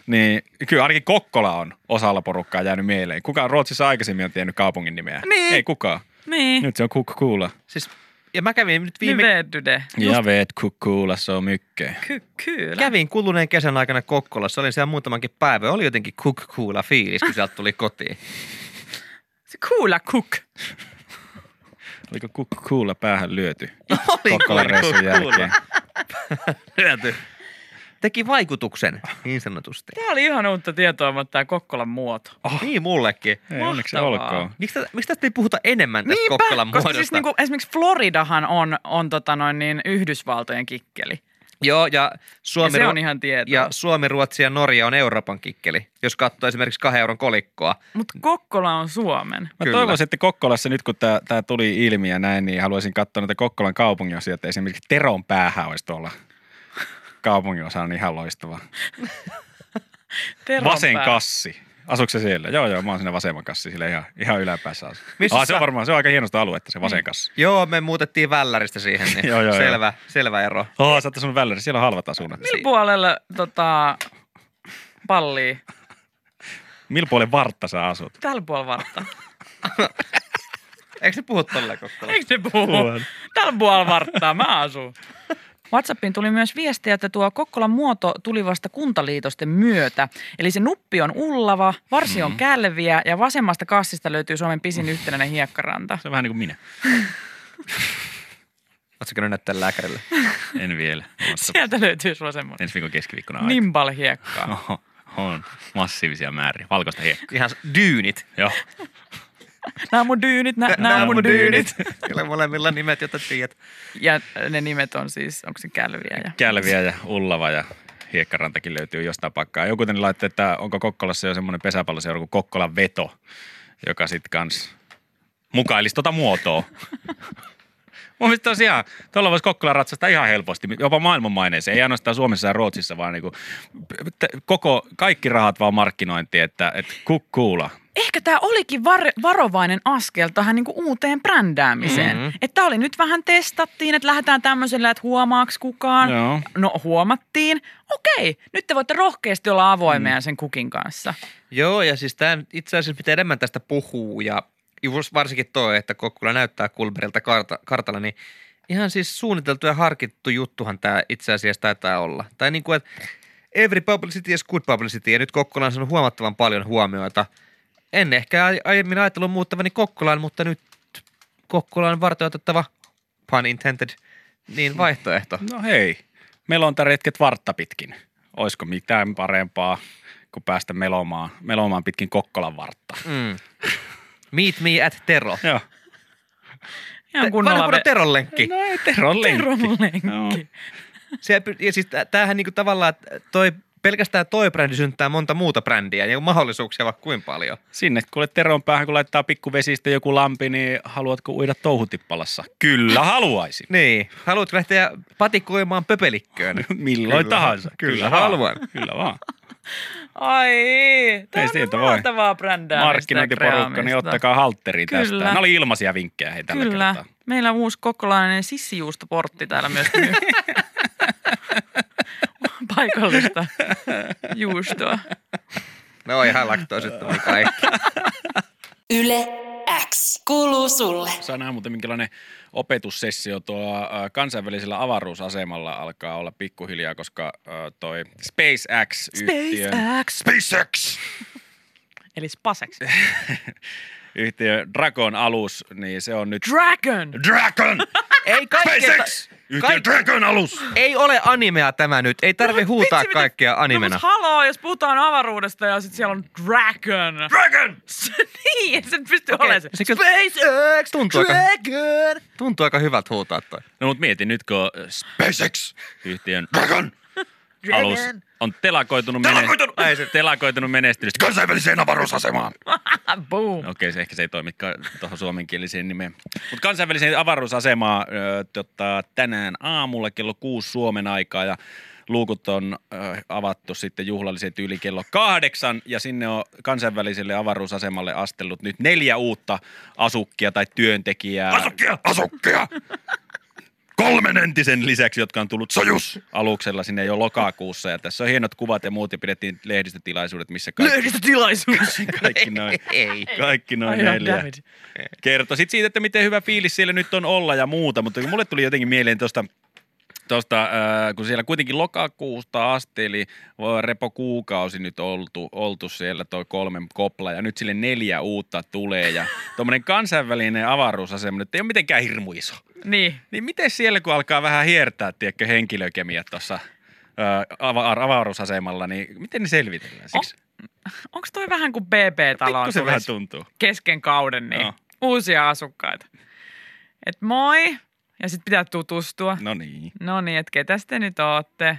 Speaker 3: Niin kyllä ainakin Kokkola on osalla porukkaa jäänyt mieleen. Kuka Ruotsissa aikaisemmin on tiennyt kaupungin nimeä?
Speaker 5: Niin.
Speaker 3: Ei kukaan.
Speaker 5: Niin.
Speaker 3: Nyt se on Kukkuula.
Speaker 4: Siis, ja mä kävin nyt
Speaker 5: Viime...
Speaker 4: viime...
Speaker 5: Nivedyde.
Speaker 3: Ja veet Kukkuula, se on mykkeen.
Speaker 5: Ky- kyllä.
Speaker 4: Kävin kuluneen kesän aikana Kokkolassa, olin siellä muutamankin päivä. Oli jotenkin kukkuula fiilis, kun sieltä tuli kotiin.
Speaker 5: Se kuula kuk.
Speaker 3: Oliko Kukkuula päähän lyöty?
Speaker 5: No,
Speaker 4: Oli
Speaker 3: Kokkolan
Speaker 4: kyllä
Speaker 3: reissun
Speaker 4: kukkuula.
Speaker 3: jälkeen.
Speaker 4: Lyöty. Teki vaikutuksen, niin sanotusti.
Speaker 5: Tämä oli ihan uutta tietoa, mutta tämä Kokkolan muoto.
Speaker 4: Oh. Niin mullekin.
Speaker 3: Ei onneksi
Speaker 5: Mahtavaa.
Speaker 3: olkoon.
Speaker 4: Miksi, tä- miksi tästä ei puhuta enemmän tästä
Speaker 5: Niinpä,
Speaker 4: Kokkolan muodosta?
Speaker 5: koska siis niinku, esimerkiksi Floridahan on, on tota noin niin Yhdysvaltojen kikkeli.
Speaker 4: Joo, ja Suomi,
Speaker 5: Ja se
Speaker 4: Ru-
Speaker 5: on ihan tietoa.
Speaker 4: ja Suomi, Ruotsi ja Norja on Euroopan kikkeli, jos katsoo esimerkiksi kahden euron kolikkoa.
Speaker 5: Mutta Kokkola on Suomen.
Speaker 3: Mä
Speaker 4: Kyllä.
Speaker 3: toivoisin, että Kokkolassa nyt kun tämä tuli ilmi ja näin, niin haluaisin katsoa näitä Kokkolan kaupunginosia, että esimerkiksi Teron päähän olisi tuolla kaupunginosa on ihan loistava.
Speaker 5: Teron
Speaker 3: Vasen
Speaker 5: päällä.
Speaker 3: kassi. Asuuko se siellä? Joo, joo, mä oon siinä vasemman kassi, siellä ihan, ihan yläpäässä asun.
Speaker 4: Missä
Speaker 3: Ah, se
Speaker 4: sä-
Speaker 3: on varmaan, se on aika hienosta aluetta, se vasen kassi.
Speaker 4: Joo, me muutettiin välläristä siihen, niin
Speaker 3: Joo, joo,
Speaker 4: selvä, selvä ero.
Speaker 3: Oh, sä oot sun välillä, siellä on halvat asunnot.
Speaker 5: Millä puolella tota, pallia?
Speaker 3: Millä puolen vartta sä asut?
Speaker 5: Tällä puolella vartta.
Speaker 4: Eikö se puhu tolleen Kokkolassa?
Speaker 5: Eikö se puhu? Tällä puolella varttaa, mä asun. WhatsAppiin tuli myös viestiä, että tuo Kokkolan muoto tuli vasta kuntaliitosten myötä. Eli se nuppi on ullava, varsi on kälviä ja vasemmasta kassista löytyy Suomen pisin yhtenäinen hiekkaranta.
Speaker 3: Se on vähän niin kuin minä.
Speaker 4: Oletko käynyt näyttää lääkärille?
Speaker 3: En vielä.
Speaker 5: Sieltä löytyy sulla semmoinen.
Speaker 3: Ensi viikon keskiviikkona
Speaker 5: Nimbal hiekkaa.
Speaker 3: Oho, on massiivisia määriä. Valkoista hiekkaa.
Speaker 4: Ihan s- dyynit.
Speaker 3: Joo.
Speaker 5: Nämä on mun dyynit, nä, nämä on mun dyynit.
Speaker 4: Kyllä molemmilla nimet, jotta tiedät.
Speaker 5: Ja ne nimet on siis, onko se Kälviä ja...
Speaker 3: Kälviä ja Ullava ja Hiekkarantakin löytyy jostain pakkaa. Joku tänne laittaa, että onko Kokkolassa jo semmoinen pesäpalloseura kuin Kokkolan veto, joka sitten kans mukailisi tota muotoa. Mun mielestä tosiaan, tuolla voisi Kokkola ratsastaa ihan helposti, jopa maailmanmaineeseen, ei ainoastaan Suomessa ja Ruotsissa, vaan niinku, t- koko, kaikki rahat vaan markkinointiin, että et kukkuula,
Speaker 5: ehkä tämä olikin var- varovainen askel tähän niinku uuteen brändäämiseen.
Speaker 4: Mhm.
Speaker 5: Mm-hmm. Että tämä oli nyt vähän testattiin, että lähdetään tämmöisellä, että huomaaks kukaan.
Speaker 3: Joo.
Speaker 5: No huomattiin. Okei, nyt te voitte rohkeasti olla avoimia sen kukin kanssa.
Speaker 4: Joo, ja siis tämä itse asiassa pitää enemmän tästä puhuu ja just varsinkin toi, että Kokkula näyttää Kulberilta karta, kartalla, niin ihan siis suunniteltu ja harkittu juttuhan tämä itse asiassa taitaa olla. Tai niin kuin, että every publicity is good publicity, ja nyt Kokkola on saanut huomattavan paljon huomioita. En ehkä ai- aiemmin ajatellut muuttavani Kokkolaan, mutta nyt Kokkola on vartoitettava, pun intended, niin vaihtoehto.
Speaker 3: No hei, melontaretket vartta pitkin. Olisiko mitään parempaa kuin päästä melomaan, melomaan pitkin Kokkolan vartta?
Speaker 4: Mm. Meet me at Tero.
Speaker 5: Ihan
Speaker 3: Joo.
Speaker 4: Vanha
Speaker 5: kunnolla
Speaker 4: kunnon
Speaker 5: ve-
Speaker 4: Teron lenkki.
Speaker 3: No ei, Teron lenkki.
Speaker 5: Teron lenkki.
Speaker 3: Joo.
Speaker 4: Se, py- ja siis tä- tämähän niinku tavallaan, että toi, pelkästään toi brändi synnyttää monta muuta brändiä ja mahdollisuuksia vaikka kuin paljon.
Speaker 3: Sinne kuule Teron päähän, kun laittaa pikkuvesistä joku lampi, niin haluatko uida touhutippalassa? Kyllä haluaisin.
Speaker 4: Niin. Haluatko lähteä patikoimaan pöpelikköön?
Speaker 3: Milloin
Speaker 4: Kyllä,
Speaker 3: tahansa.
Speaker 4: kyllä
Speaker 3: vaan.
Speaker 4: haluan.
Speaker 3: Kyllä vaan.
Speaker 5: Ai, tämä
Speaker 3: siitä
Speaker 5: on
Speaker 3: voi.
Speaker 5: mahtavaa brändäämistä. ja
Speaker 3: Markkinointiporukka, niin
Speaker 5: kreaamista.
Speaker 3: ottakaa haltteri tästä.
Speaker 5: Kyllä.
Speaker 3: Nämä oli ilmaisia vinkkejä hei tällä
Speaker 5: Kyllä.
Speaker 3: kertaa.
Speaker 5: Meillä on uusi kokkolainen sissijuustoportti täällä myös. Paikallista juustoa.
Speaker 4: No ihan laktoosittomia kaikki.
Speaker 2: Yle X kuuluu sulle.
Speaker 3: Saa nähdä muuten, minkälainen opetussessio tuo äh, kansainvälisellä avaruusasemalla alkaa olla pikkuhiljaa, koska äh, toi SpaceX-yhtiö
Speaker 5: SpaceX.
Speaker 3: SpaceX!
Speaker 5: Eli Spasex.
Speaker 3: yhtiö Dragon alus, niin se on nyt...
Speaker 5: Dragon.
Speaker 3: Dragon!
Speaker 4: Ei kaikkea,
Speaker 3: SpaceX! Yhtiö
Speaker 4: Kaikki-
Speaker 3: Dragon alus!
Speaker 4: ei ole animea tämä nyt. Ei tarvi huutaa kaikkea animena.
Speaker 5: No, haloo, jos puhutaan avaruudesta ja sitten siellä on Dragon.
Speaker 3: Dragon!
Speaker 5: niin, et sä nyt pysty okay. olemaan se.
Speaker 4: Se kyllä, SpaceX! Tuntuu aika, tuntuu aika hyvältä huutaa toi.
Speaker 3: No mut mieti nyt, kun äh, SpaceX-yhtiön Dragon alus on telakoitunut, telakoitunut. Mene- se telakoitunut menestystä kansainväliseen avaruusasemaan.
Speaker 5: Ah, boom.
Speaker 3: No Okei, se ehkä se ei toimikaan tuohon suomenkieliseen nimeen. Mutta kansainväliseen avaruusasemaan ö, tota, tänään aamulla kello kuusi Suomen aikaa ja luukut on ö, avattu sitten juhlalliseen tyyli kello kahdeksan ja sinne on kansainväliselle avaruusasemalle astellut nyt neljä uutta asukkia tai työntekijää. Asukkia! Asukkia! Kolmen entisen lisäksi, jotka on tullut Sojus aluksella sinne jo lokakuussa. Ja tässä on hienot kuvat ja muut ja pidettiin lehdistötilaisuudet, missä kaikki,
Speaker 5: Lehdistötilaisuus.
Speaker 3: kaikki noin
Speaker 4: Ei.
Speaker 3: kaikki noin
Speaker 5: Ai,
Speaker 3: neljä.
Speaker 5: damn it.
Speaker 3: Kertoi sit siitä, että miten hyvä fiilis siellä nyt on olla ja muuta, mutta mulle tuli jotenkin mieleen tuosta Tuosta, äh, kun siellä kuitenkin lokakuusta asti, eli voi repo kuukausi nyt oltu, oltu siellä toi kolmen kopla, ja nyt sille neljä uutta tulee, ja tuommoinen kansainvälinen avaruusasema nyt ei ole mitenkään hirmu iso.
Speaker 5: Niin.
Speaker 3: Niin miten siellä, kun alkaa vähän hiertää, tiedätkö, henkilökemiat tuossa ava- avaruusasemalla, niin miten ne selvitellään? Siksi
Speaker 5: Onko toi vähän kuin BB-talo
Speaker 3: pikkusen vähän tuntuu.
Speaker 5: kesken kauden, niin
Speaker 3: Joo.
Speaker 5: uusia asukkaita. Et moi, ja sitten pitää tutustua.
Speaker 3: No niin.
Speaker 5: No niin, että ketä te nyt ootte?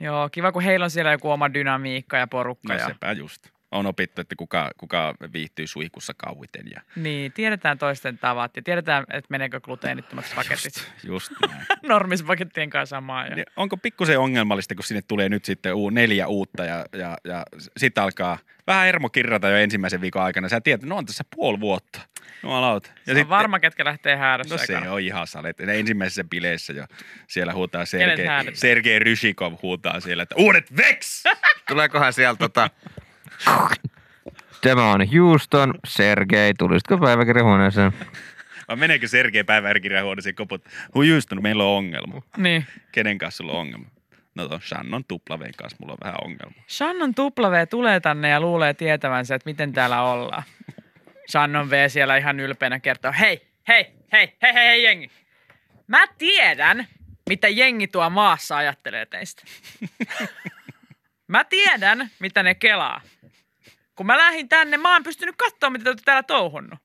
Speaker 5: Joo, kiva, kun heillä on siellä joku oma dynamiikka ja porukka.
Speaker 3: No
Speaker 5: ja...
Speaker 3: sepä just. On opittu, että kuka, kuka viihtyy suihkussa kauiten. Ja
Speaker 5: Niin, tiedetään toisten tavat ja tiedetään, että meneekö gluteenittomat paketit
Speaker 3: just näin.
Speaker 5: normispakettien kanssa samaan. Ja...
Speaker 3: Niin Onko pikkusen ongelmallista, kun sinne tulee nyt sitten uu, neljä uutta ja, ja, ja sitten alkaa vähän hermo kirjata jo ensimmäisen viikon aikana. Sä tiedät, no on tässä puoli vuotta. No alaut. Ja
Speaker 5: Ja on varma, ketkä lähtee häädössä.
Speaker 3: No se
Speaker 5: ekana.
Speaker 3: on ihan salet. Ne ensimmäisessä bileissä jo siellä huutaa
Speaker 5: Kenet
Speaker 3: Sergei,
Speaker 5: häädät?
Speaker 3: Sergei Ryshikov huutaa siellä, että uudet veks!
Speaker 4: Tuleekohan sieltä tota... Tämä on Houston. Sergei, tulisitko päiväkirjahuoneeseen?
Speaker 3: Vai meneekö Sergei päiväkirjan huoneeseen koput? Hujustunut, meillä on ongelma.
Speaker 5: Niin.
Speaker 3: Kenen kanssa sulla on ongelma? No tuon Shannon tuplaveen kanssa mulla on vähän ongelma.
Speaker 5: Shannon W tulee tänne ja luulee tietävänsä, että miten täällä ollaan. Shannon V siellä ihan ylpeänä kertoo, hei, hei, hei, hei, hei, hei jengi. Mä tiedän, mitä jengi tuo maassa ajattelee teistä. Mä tiedän, mitä ne kelaa. Kun mä lähdin tänne, mä oon pystynyt katsoa, mitä te olette täällä touhunnut.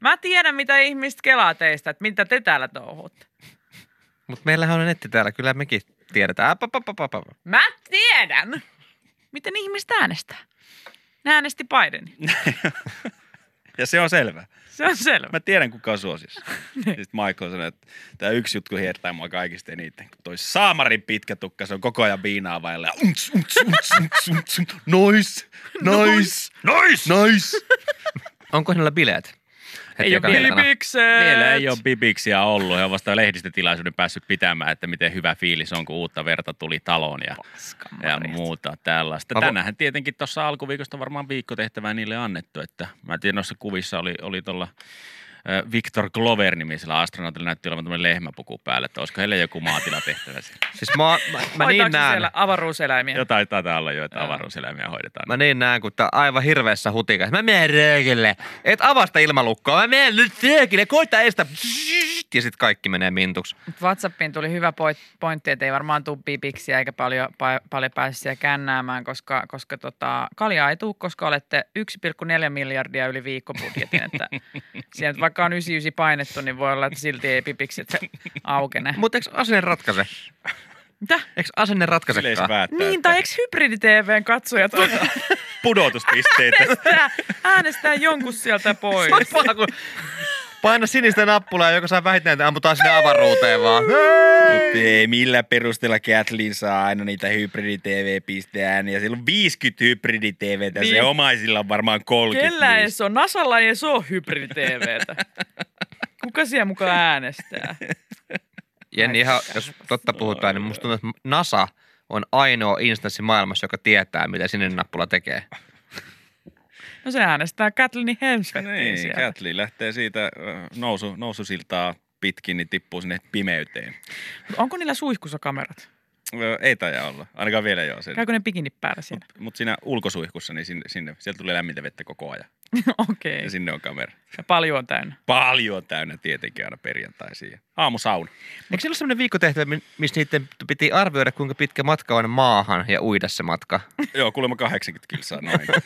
Speaker 5: Mä tiedän, mitä ihmiset kelaa teistä, että mitä te täällä touhuutte.
Speaker 4: Mutta meillähän on netti täällä, kyllä mekin tiedetään. Ä, pa, pa, pa, pa, pa.
Speaker 5: Mä tiedän, miten ihmiset äänestää. Ne äänesti Bidenin.
Speaker 3: Ja se on selvä.
Speaker 5: Se on selvä.
Speaker 3: Mä tiedän, kuka on suosissa. Sitten Michael sanoi, että tämä yksi juttu hiertää mua kaikista eniten. Kun toi saamarin pitkä tukka, se on koko ajan viinaa vailla. Unts, unts, unts, unts, unts, unts. Nois, nois, nois, nois.
Speaker 4: Onko hänellä bileet?
Speaker 5: Ei ole
Speaker 4: Hetken aikana.
Speaker 5: vilpikset.
Speaker 3: Vielä ei ole bibiksiä ollut. He on vasta lehdistötilaisuuden päässyt pitämään, että miten hyvä fiilis on, kun uutta verta tuli taloon ja, ja muuta tällaista.
Speaker 4: Onko-
Speaker 3: Tänähän tietenkin tuossa alkuviikosta varmaan viikkotehtävää niille annettu. Että mä en tiedä, noissa kuvissa oli, oli tuolla Victor Glover-nimisellä astronautilla näytti olevan tämmöinen lehmäpuku päällä, että olisiko heille joku maatilatehtävä siellä.
Speaker 4: Siis mä, mä, mä
Speaker 5: Hoitaako
Speaker 4: niin
Speaker 5: se
Speaker 4: näen.
Speaker 5: siellä avaruuseläimiä?
Speaker 3: Jotain taitaa olla jo, että
Speaker 5: Joo.
Speaker 3: avaruuseläimiä hoidetaan.
Speaker 4: Mä niin näen, kun tää aivan hirveässä hutikassa. Mä menen röökille. Et avasta ilmalukkoa. Mä menen nyt röökille. Koita estä. Ja sit kaikki menee mintuksi.
Speaker 5: Whatsappiin tuli hyvä point- pointti, että ei varmaan tule pipiksiä eikä paljon, pa- paljon pääse siellä kännäämään, koska, koska tota, kaljaa ei tule, koska olette 1,4 miljardia yli viikkobudjetin. Että siellä, nyt vaikka on 99 painettu, niin voi olla, että silti ei pipikset aukene.
Speaker 4: Mutta eikö asenne ratkaise?
Speaker 5: Mitä?
Speaker 4: Eikö asenne ratkaisekaan?
Speaker 3: Yleispäättää,
Speaker 5: Niin,
Speaker 3: että
Speaker 5: tai eikö hybridi-TVn katsojat
Speaker 3: pudotuspisteitä.
Speaker 5: äänestää, äänestää jonkun sieltä
Speaker 4: Se
Speaker 5: pois?
Speaker 4: olisi paha, kun paina sinistä nappulaa, joka saa vähintään, että ammutaan sinne avaruuteen vaan.
Speaker 3: Mutta ei millä perusteella Kathleen saa aina niitä hybridi-TV-pisteään. Ja sillä on 50 hybridi-TVtä.
Speaker 5: Niin.
Speaker 3: Se omaisilla on varmaan 30.
Speaker 5: Kellä ei
Speaker 3: niistä.
Speaker 5: se ole? Nasalla ei se ole hybridi-TVtä. Kuka siellä mukaan äänestää?
Speaker 4: Jenni, ihan, jos totta puhutaan, niin musta tuntuu, että NASA on ainoa instanssi maailmassa, joka tietää, mitä sininen nappula tekee.
Speaker 5: No se äänestää Kathleen Hemsvettiin
Speaker 3: Niin,
Speaker 5: sieltä.
Speaker 3: Kathleen lähtee siitä ö, nousu, noususiltaa pitkin, niin tippuu sinne pimeyteen.
Speaker 5: Onko niillä suihkussa kamerat?
Speaker 3: Ö, Ei taja olla, ainakaan vielä joo.
Speaker 5: Käykö ne pikinit päällä siellä?
Speaker 3: Mutta siinä ulkosuihkussa, niin sinne, sinne, sieltä tulee lämmintä vettä koko ajan.
Speaker 5: Okei.
Speaker 3: Ja sinne on kamera.
Speaker 5: Ja paljon on täynnä.
Speaker 3: Paljon täynnä tietenkin aina perjantaisin. ja Aamusauna.
Speaker 4: Eikö siellä ole sellainen viikkotehtävä, mi- missä niiden piti arvioida, kuinka pitkä matka on maahan ja uida se matka?
Speaker 3: Joo, kuulemma 80 kilsaa
Speaker 5: Niin
Speaker 3: noin.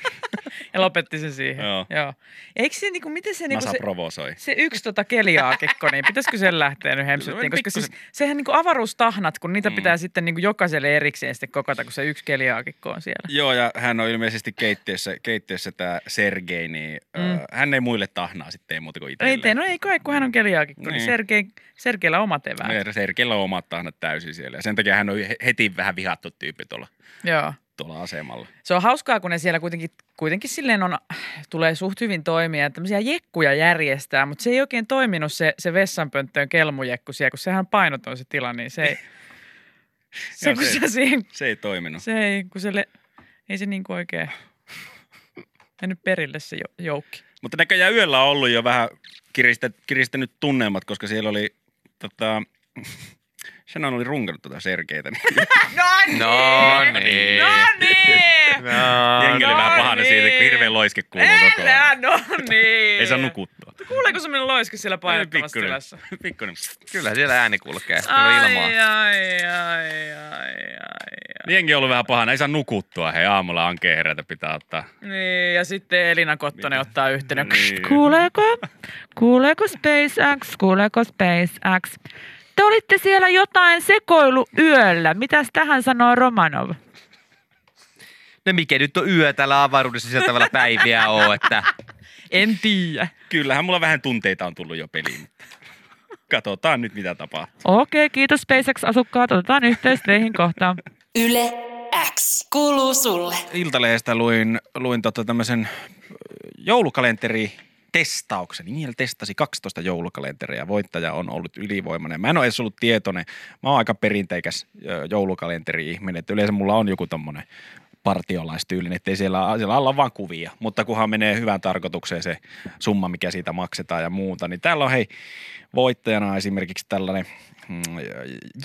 Speaker 5: Ja lopetti se siihen.
Speaker 3: Joo.
Speaker 5: Joo. Eikö se, niinku, miten se, niinku,
Speaker 3: Masa
Speaker 5: se,
Speaker 3: provosoi.
Speaker 5: se yksi tota keliaakikko, niin pitäisikö sen lähteä nyt Hemsvettiin? Koska siis, sehän niinku avaruustahnat, kun niitä pitää sitten niinku jokaiselle erikseen sitten kokata, kun se yksi keliaakikko on siellä.
Speaker 3: Joo, ja hän on ilmeisesti keittiössä, keittiössä tämä Sergei, niin mm. ö, hän ei muille tahnaa sitten, ei muuta kuin
Speaker 5: No Ei tee,
Speaker 3: itselleen.
Speaker 5: no ei kai, kun hän on keliaakikko, niin,
Speaker 3: Niin.
Speaker 5: Sergei, Sergeillä on omat eväät.
Speaker 3: No, Sergeillä on omat tahnat täysin siellä, ja sen takia hän on heti vähän vihattu tyyppi tuolla,
Speaker 5: Joo.
Speaker 3: tuolla asemalla.
Speaker 5: Se on hauskaa, kun ne siellä kuitenkin, kuitenkin silleen on, tulee suht hyvin toimia, että tämmöisiä jekkuja järjestää, mutta se ei oikein toiminut se, se vessanpönttöön kelmujekku siellä, kun sehän on painoton se tila, niin se ei, se,
Speaker 3: Joo,
Speaker 5: kun
Speaker 3: se ei-
Speaker 5: se, siihen,
Speaker 3: Se ei toiminut.
Speaker 5: se ei, kun se le, ei se niin kuin oikein mennyt perille se jo, joukki.
Speaker 3: Mutta näköjään yöllä on ollut jo vähän kiristä, kiristänyt tunnelmat, koska siellä oli tota, Shannon oli runkannut tuota Sergeitä. Niin
Speaker 4: No niin.
Speaker 5: niin!
Speaker 3: Jengi oli
Speaker 5: no
Speaker 3: vähän pahainen
Speaker 5: niin.
Speaker 3: siitä, kun hirveä loiske kuuluu koko ajan.
Speaker 5: Älä, no niin!
Speaker 3: Ei saa nukuttua.
Speaker 5: Kuuleeko se minun loiski siellä painottamassa
Speaker 3: Pikkuinen.
Speaker 5: tilassa?
Speaker 3: Pikkuinen.
Speaker 4: Kyllä siellä ääni kulkee. Siellä on
Speaker 5: Ai, ai,
Speaker 4: ilmaa.
Speaker 5: ai, ai, ai, ai.
Speaker 3: Jengi on ollut vähän pahainen, ei saa nukuttua. Hei, aamulla ankeen herätä pitää ottaa.
Speaker 5: Niin, ja sitten Elina Kottonen ottaa yhteyden.
Speaker 3: Niin.
Speaker 6: Kuuleeko? Kuuleeko SpaceX? Kuuleeko SpaceX? Te olitte siellä jotain sekoilu yöllä. Mitäs tähän sanoo Romanov?
Speaker 4: No mikä nyt on yö täällä avaruudessa sillä tavalla päiviä on, että
Speaker 5: En tiedä.
Speaker 3: Kyllähän mulla vähän tunteita on tullut jo peliin. mutta Katsotaan nyt, mitä tapahtuu.
Speaker 6: Okei, kiitos SpaceX-asukkaat. Otetaan yhteys teihin kohtaan.
Speaker 2: Yle X kuuluu sulle.
Speaker 3: Iltalehdestä luin, luin tota tämmöisen joulukalenteri testauksen. Niillä testasi 12 joulukalenteria. Voittaja on ollut ylivoimainen. Mä en ole edes ollut tietoinen. Mä oon aika perinteikäs ö, joulukalenteri-ihminen. Että yleensä mulla on joku tommonen partiolaistyylinen, ettei siellä, siellä alla on vaan kuvia. Mutta kunhan menee hyvään tarkoitukseen se summa, mikä siitä maksetaan ja muuta, niin täällä on hei voittajana esimerkiksi tällainen mm,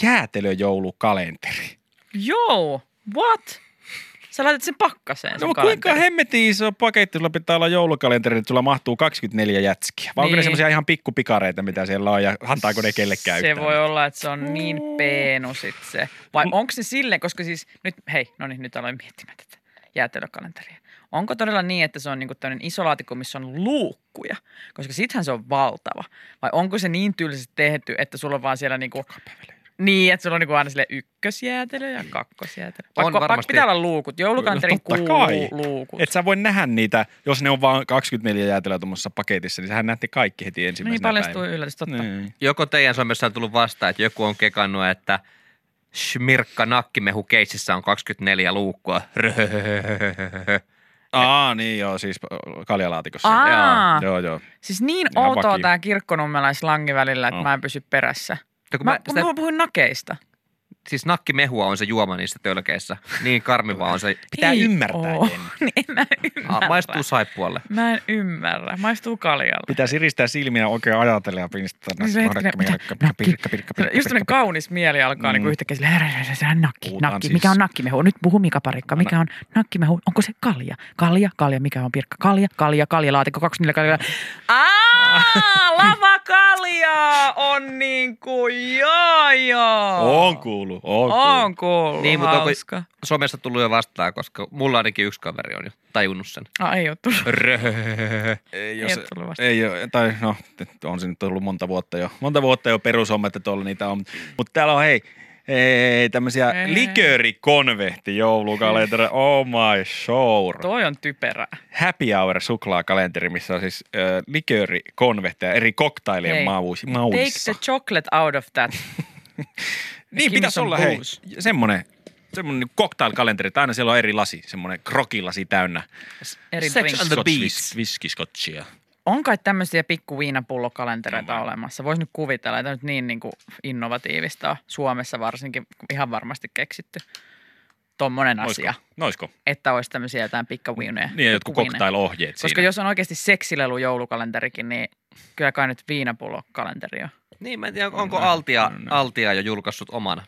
Speaker 3: jäätelöjoulukalenteri.
Speaker 5: Joo, what? Sä laitat sen pakkaseen
Speaker 3: No
Speaker 5: sun
Speaker 3: mutta kuinka
Speaker 5: kalenteri.
Speaker 3: hemmetin iso paketti sulla pitää olla joulukalenteri, että sulla mahtuu 24 jätskiä? Vai onko ne
Speaker 5: Niin.
Speaker 3: semmoisia ihan pikkupikareita, mitä siellä on ja antaako ne kellekään
Speaker 5: Se
Speaker 3: yhtään?
Speaker 5: voi olla, että se on niin
Speaker 6: Mm.
Speaker 5: peenu sit se. Vai onko se silleen, koska siis nyt, hei, no niin, nyt aloin miettimään tätä jäätelökalenteria. Onko todella niin, että se on niinku tämmöinen iso laatikko, missä on luukkuja? Koska sittenhän se on valtava. Vai onko se niin tyylisesti tehty, että sulla on vaan siellä niinku Niin, että sulla on niinku aina sille ykkösjäätelö ja kakkosjäätelö. Vaikka,
Speaker 4: varmasti.
Speaker 5: vaikka pitää olla luukut. Joulukalenterin
Speaker 3: Totta kai.
Speaker 5: kuuluu luukut.
Speaker 3: Et sä voi nähdä niitä, jos ne on vaan 24 jäätelöä tuommoisessa paketissa, niin sähän näette kaikki heti ensimmäisenä
Speaker 5: niin paljastuu
Speaker 3: päivänä.
Speaker 5: yllätys, totta.
Speaker 3: Niin.
Speaker 4: Joko teidän somessa on tullut vastaan, että joku on kekannut, että Smirkka nakkimehu keitsissä on 24 luukkua. Röhöhöhöhöhöhö.
Speaker 3: Aa, niin joo, siis äh, kaljalaatikossa.
Speaker 5: Aa,
Speaker 3: Joo, joo.
Speaker 5: siis niin
Speaker 3: Ihan No.
Speaker 5: outoa
Speaker 3: vakio.
Speaker 5: tämä kirkkonummelaislangi välillä, että
Speaker 3: On.
Speaker 5: mä en pysy perässä.
Speaker 4: Mutta No kun
Speaker 5: Mä,
Speaker 4: mä,
Speaker 5: kun
Speaker 4: sitä,
Speaker 5: mä puhuin nakeista. siis
Speaker 4: siis nakkimehua on se juoma niissä tölkeissä. Niin karmiva on se.
Speaker 3: Pitää
Speaker 5: Ei
Speaker 3: ymmärtää,
Speaker 5: oo.
Speaker 3: Jen.
Speaker 5: niin en mä
Speaker 4: A,
Speaker 3: Ah,
Speaker 5: ymmärrä.
Speaker 4: maistuu saippualle.
Speaker 5: Mä en ymmärrä. Maistuu kaljalle.
Speaker 3: Pitää siristää silmää oikein ajatella ja pinnistaa.
Speaker 5: Niin se hetkinen, mitä? Nakki. Just tämmöinen kaunis mieli alkaa mm.
Speaker 3: Mm.
Speaker 5: niin yhtäkkiä sille, herra, herra, herra, nakki,
Speaker 3: Puhutaan
Speaker 5: nakki.
Speaker 3: siis-
Speaker 5: Mikä on nakkimehu? Nyt puhu Mika Parikka. Mikä on nakkimehu? Onko se kalja? Kalja, kalja, mikä on pirkka? Kalja, kalja, kalja, laatikko, 24 kalja. Aa, lava kalja on niin kuin, joo, joo.
Speaker 3: On kuulu, on kuulu.
Speaker 5: On kuullut,
Speaker 4: Niin,
Speaker 5: niin,
Speaker 4: mutta
Speaker 5: mutta
Speaker 4: onko-
Speaker 5: hauska.
Speaker 4: Somessa tullut jo vastaan, koska mulla ainakin yksi kaveri on jo tajunnut sen.
Speaker 5: Ah, ei ole tullut.
Speaker 4: Röhöhöhöhö.
Speaker 3: Ei,
Speaker 5: Ei
Speaker 3: jos,
Speaker 5: ole tullut vasta.
Speaker 3: ei ole, tai no, nyt on se nyt ollut monta vuotta jo. Monta vuotta jo perushommetta tuolla niitä on. Mutta täällä on hei, hei tämmöisiä
Speaker 5: Hei.
Speaker 3: liköörikonvehti joulukalenteri. Oh my show.
Speaker 5: Toi on typerää.
Speaker 3: Happy Hour suklaakalenteri, missä on siis äh, liköörikonvehtia eri koktailien
Speaker 5: Hei.
Speaker 3: mauisi,
Speaker 5: Take
Speaker 3: mauissa.
Speaker 5: the chocolate out of that.
Speaker 3: Niin
Speaker 5: Give me
Speaker 3: pitäisi
Speaker 5: some
Speaker 3: olla, hei,
Speaker 5: booze.
Speaker 3: semmoinen, semmoinen niinku cocktail-kalenteri, että aina siellä on eri lasi, semmoinen krokilasi täynnä.
Speaker 5: Eri
Speaker 4: Sex
Speaker 5: drinks.
Speaker 4: and the
Speaker 3: Scotch
Speaker 4: beach.
Speaker 3: whis- Viskiskotchia.
Speaker 5: On kai tämmöisiä pikku viinapullokalentereita
Speaker 3: Aivan.
Speaker 5: olemassa. Voisi nyt kuvitella, että nyt niin, niin kuin innovatiivista on. Suomessa varsinkin ihan varmasti keksitty tommonen asia,
Speaker 3: Noisko? Noisko?
Speaker 5: että olisi tämmöisiä jotain pikkaviineja.
Speaker 3: Niin, ja jotkut
Speaker 5: pikkuviinejä.
Speaker 3: cocktail-ohjeet
Speaker 5: Koska
Speaker 3: siinä.
Speaker 5: jos on oikeasti seksilelu joulukalenterikin, niin kyllä kai nyt viinapullokalenteri on.
Speaker 4: Niin, mä en tiedä, onko Altia, Mm. Altia jo julkaissut oman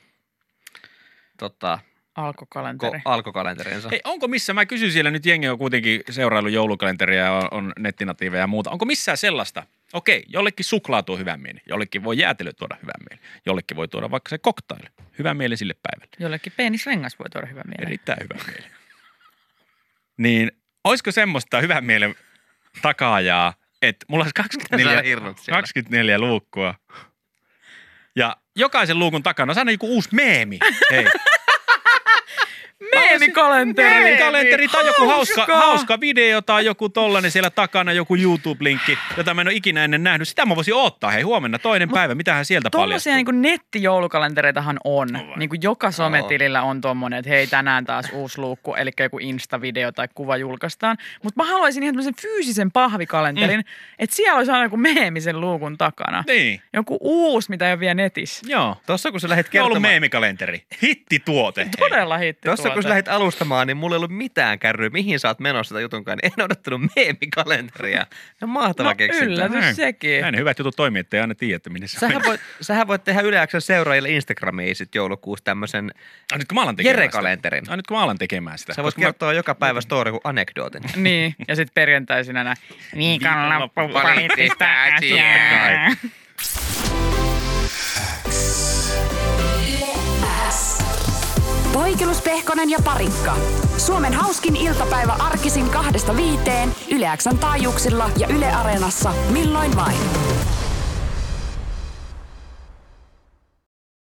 Speaker 4: tota, ko,
Speaker 5: Alkokalenteri.
Speaker 4: alkokalenterinsa.
Speaker 3: Hei, onko missä, mä kysyn siellä nyt jengi on kuitenkin seuraillut joulukalenteria ja on, on nettinatiiveja ja muuta. Onko missään sellaista? Okei, jollekin suklaa tuo hyvän mieli, jollekin voi jäätelö tuoda hyvän mieli, jollekin voi tuoda vaikka se cocktail. Hyvä mieli sille päivälle.
Speaker 5: Jollekin penisrengas voi tuoda hyvä mieli.
Speaker 3: Erittäin hyvä mieli. Niin, olisiko semmoista hyvän mielen takaajaa, että mulla olisi
Speaker 4: Sä
Speaker 3: 24,
Speaker 4: hirnut siellä.
Speaker 3: 24 luukkua. Ja jokaisen luukun takana on aina joku uusi meemi. Hei.
Speaker 5: Meemikalenteri!
Speaker 3: Kalenteri tai joku hauska,
Speaker 5: Hauskaa.
Speaker 3: hauska video tai joku tollanen siellä takana, joku YouTube-linkki, jota mä en ole ikinä ennen nähnyt. Sitä mä voisin odottaa. Hei, huomenna toinen päivä. Mitähän sieltä paljastuu?
Speaker 5: Tuommoisia niin nettijoulukalentereitahan on. Niin kuin joka sometilillä on tuommoinen, että hei tänään taas uusi luukku, eli joku Insta-video tai kuva julkaistaan. Mutta mä haluaisin ihan tämmöisen fyysisen pahvikalenterin, että siellä olisi aina joku meemisen luukun takana.
Speaker 3: Niin.
Speaker 5: Joku uusi, mitä ei ole vielä netissä.
Speaker 3: Joo.
Speaker 4: Tuossa kun sä lähdit
Speaker 3: Kertoma. ollut
Speaker 4: kertomaan,
Speaker 3: meemikalenteri. Hittituote. hei.
Speaker 5: Todella hitti
Speaker 4: Tuossa kun
Speaker 5: tuote.
Speaker 4: sä lähdit alustamaan, niin mulla ei ollut mitään kärryä, mihin sä oot menossa tai jutunkaan. En odottanut meemikalenteria. No mahtava
Speaker 5: No
Speaker 4: keksintö.
Speaker 5: yllätys.
Speaker 3: Näin.
Speaker 5: sekin.
Speaker 3: Näin ne hyvät jutut toimii, ettei aina tiedä, että minne se
Speaker 4: Sähän voit, sähän voit tehdä yleensä seuraajille Instagramiin sit joulukuussa tämmöisen,
Speaker 3: Ah, nyt kun mä alan tekemään
Speaker 4: Jere-kalenterin.
Speaker 3: sitä. Ah, nyt kun mä alan tekemään sitä.
Speaker 4: sä voit
Speaker 3: Koska mä- Niin.
Speaker 4: kertoa joka päivä story kuin anekdootin.
Speaker 5: Niin, ja sitten perjantaisinä näin. Viikonloppu poliittista asiaa.
Speaker 7: Poikelus, Pehkonen ja Parikka. Suomen hauskin iltapäivä arkisin kahdesta viiteen Yle Xn taajuuksilla ja Yle Areenassa milloin vain.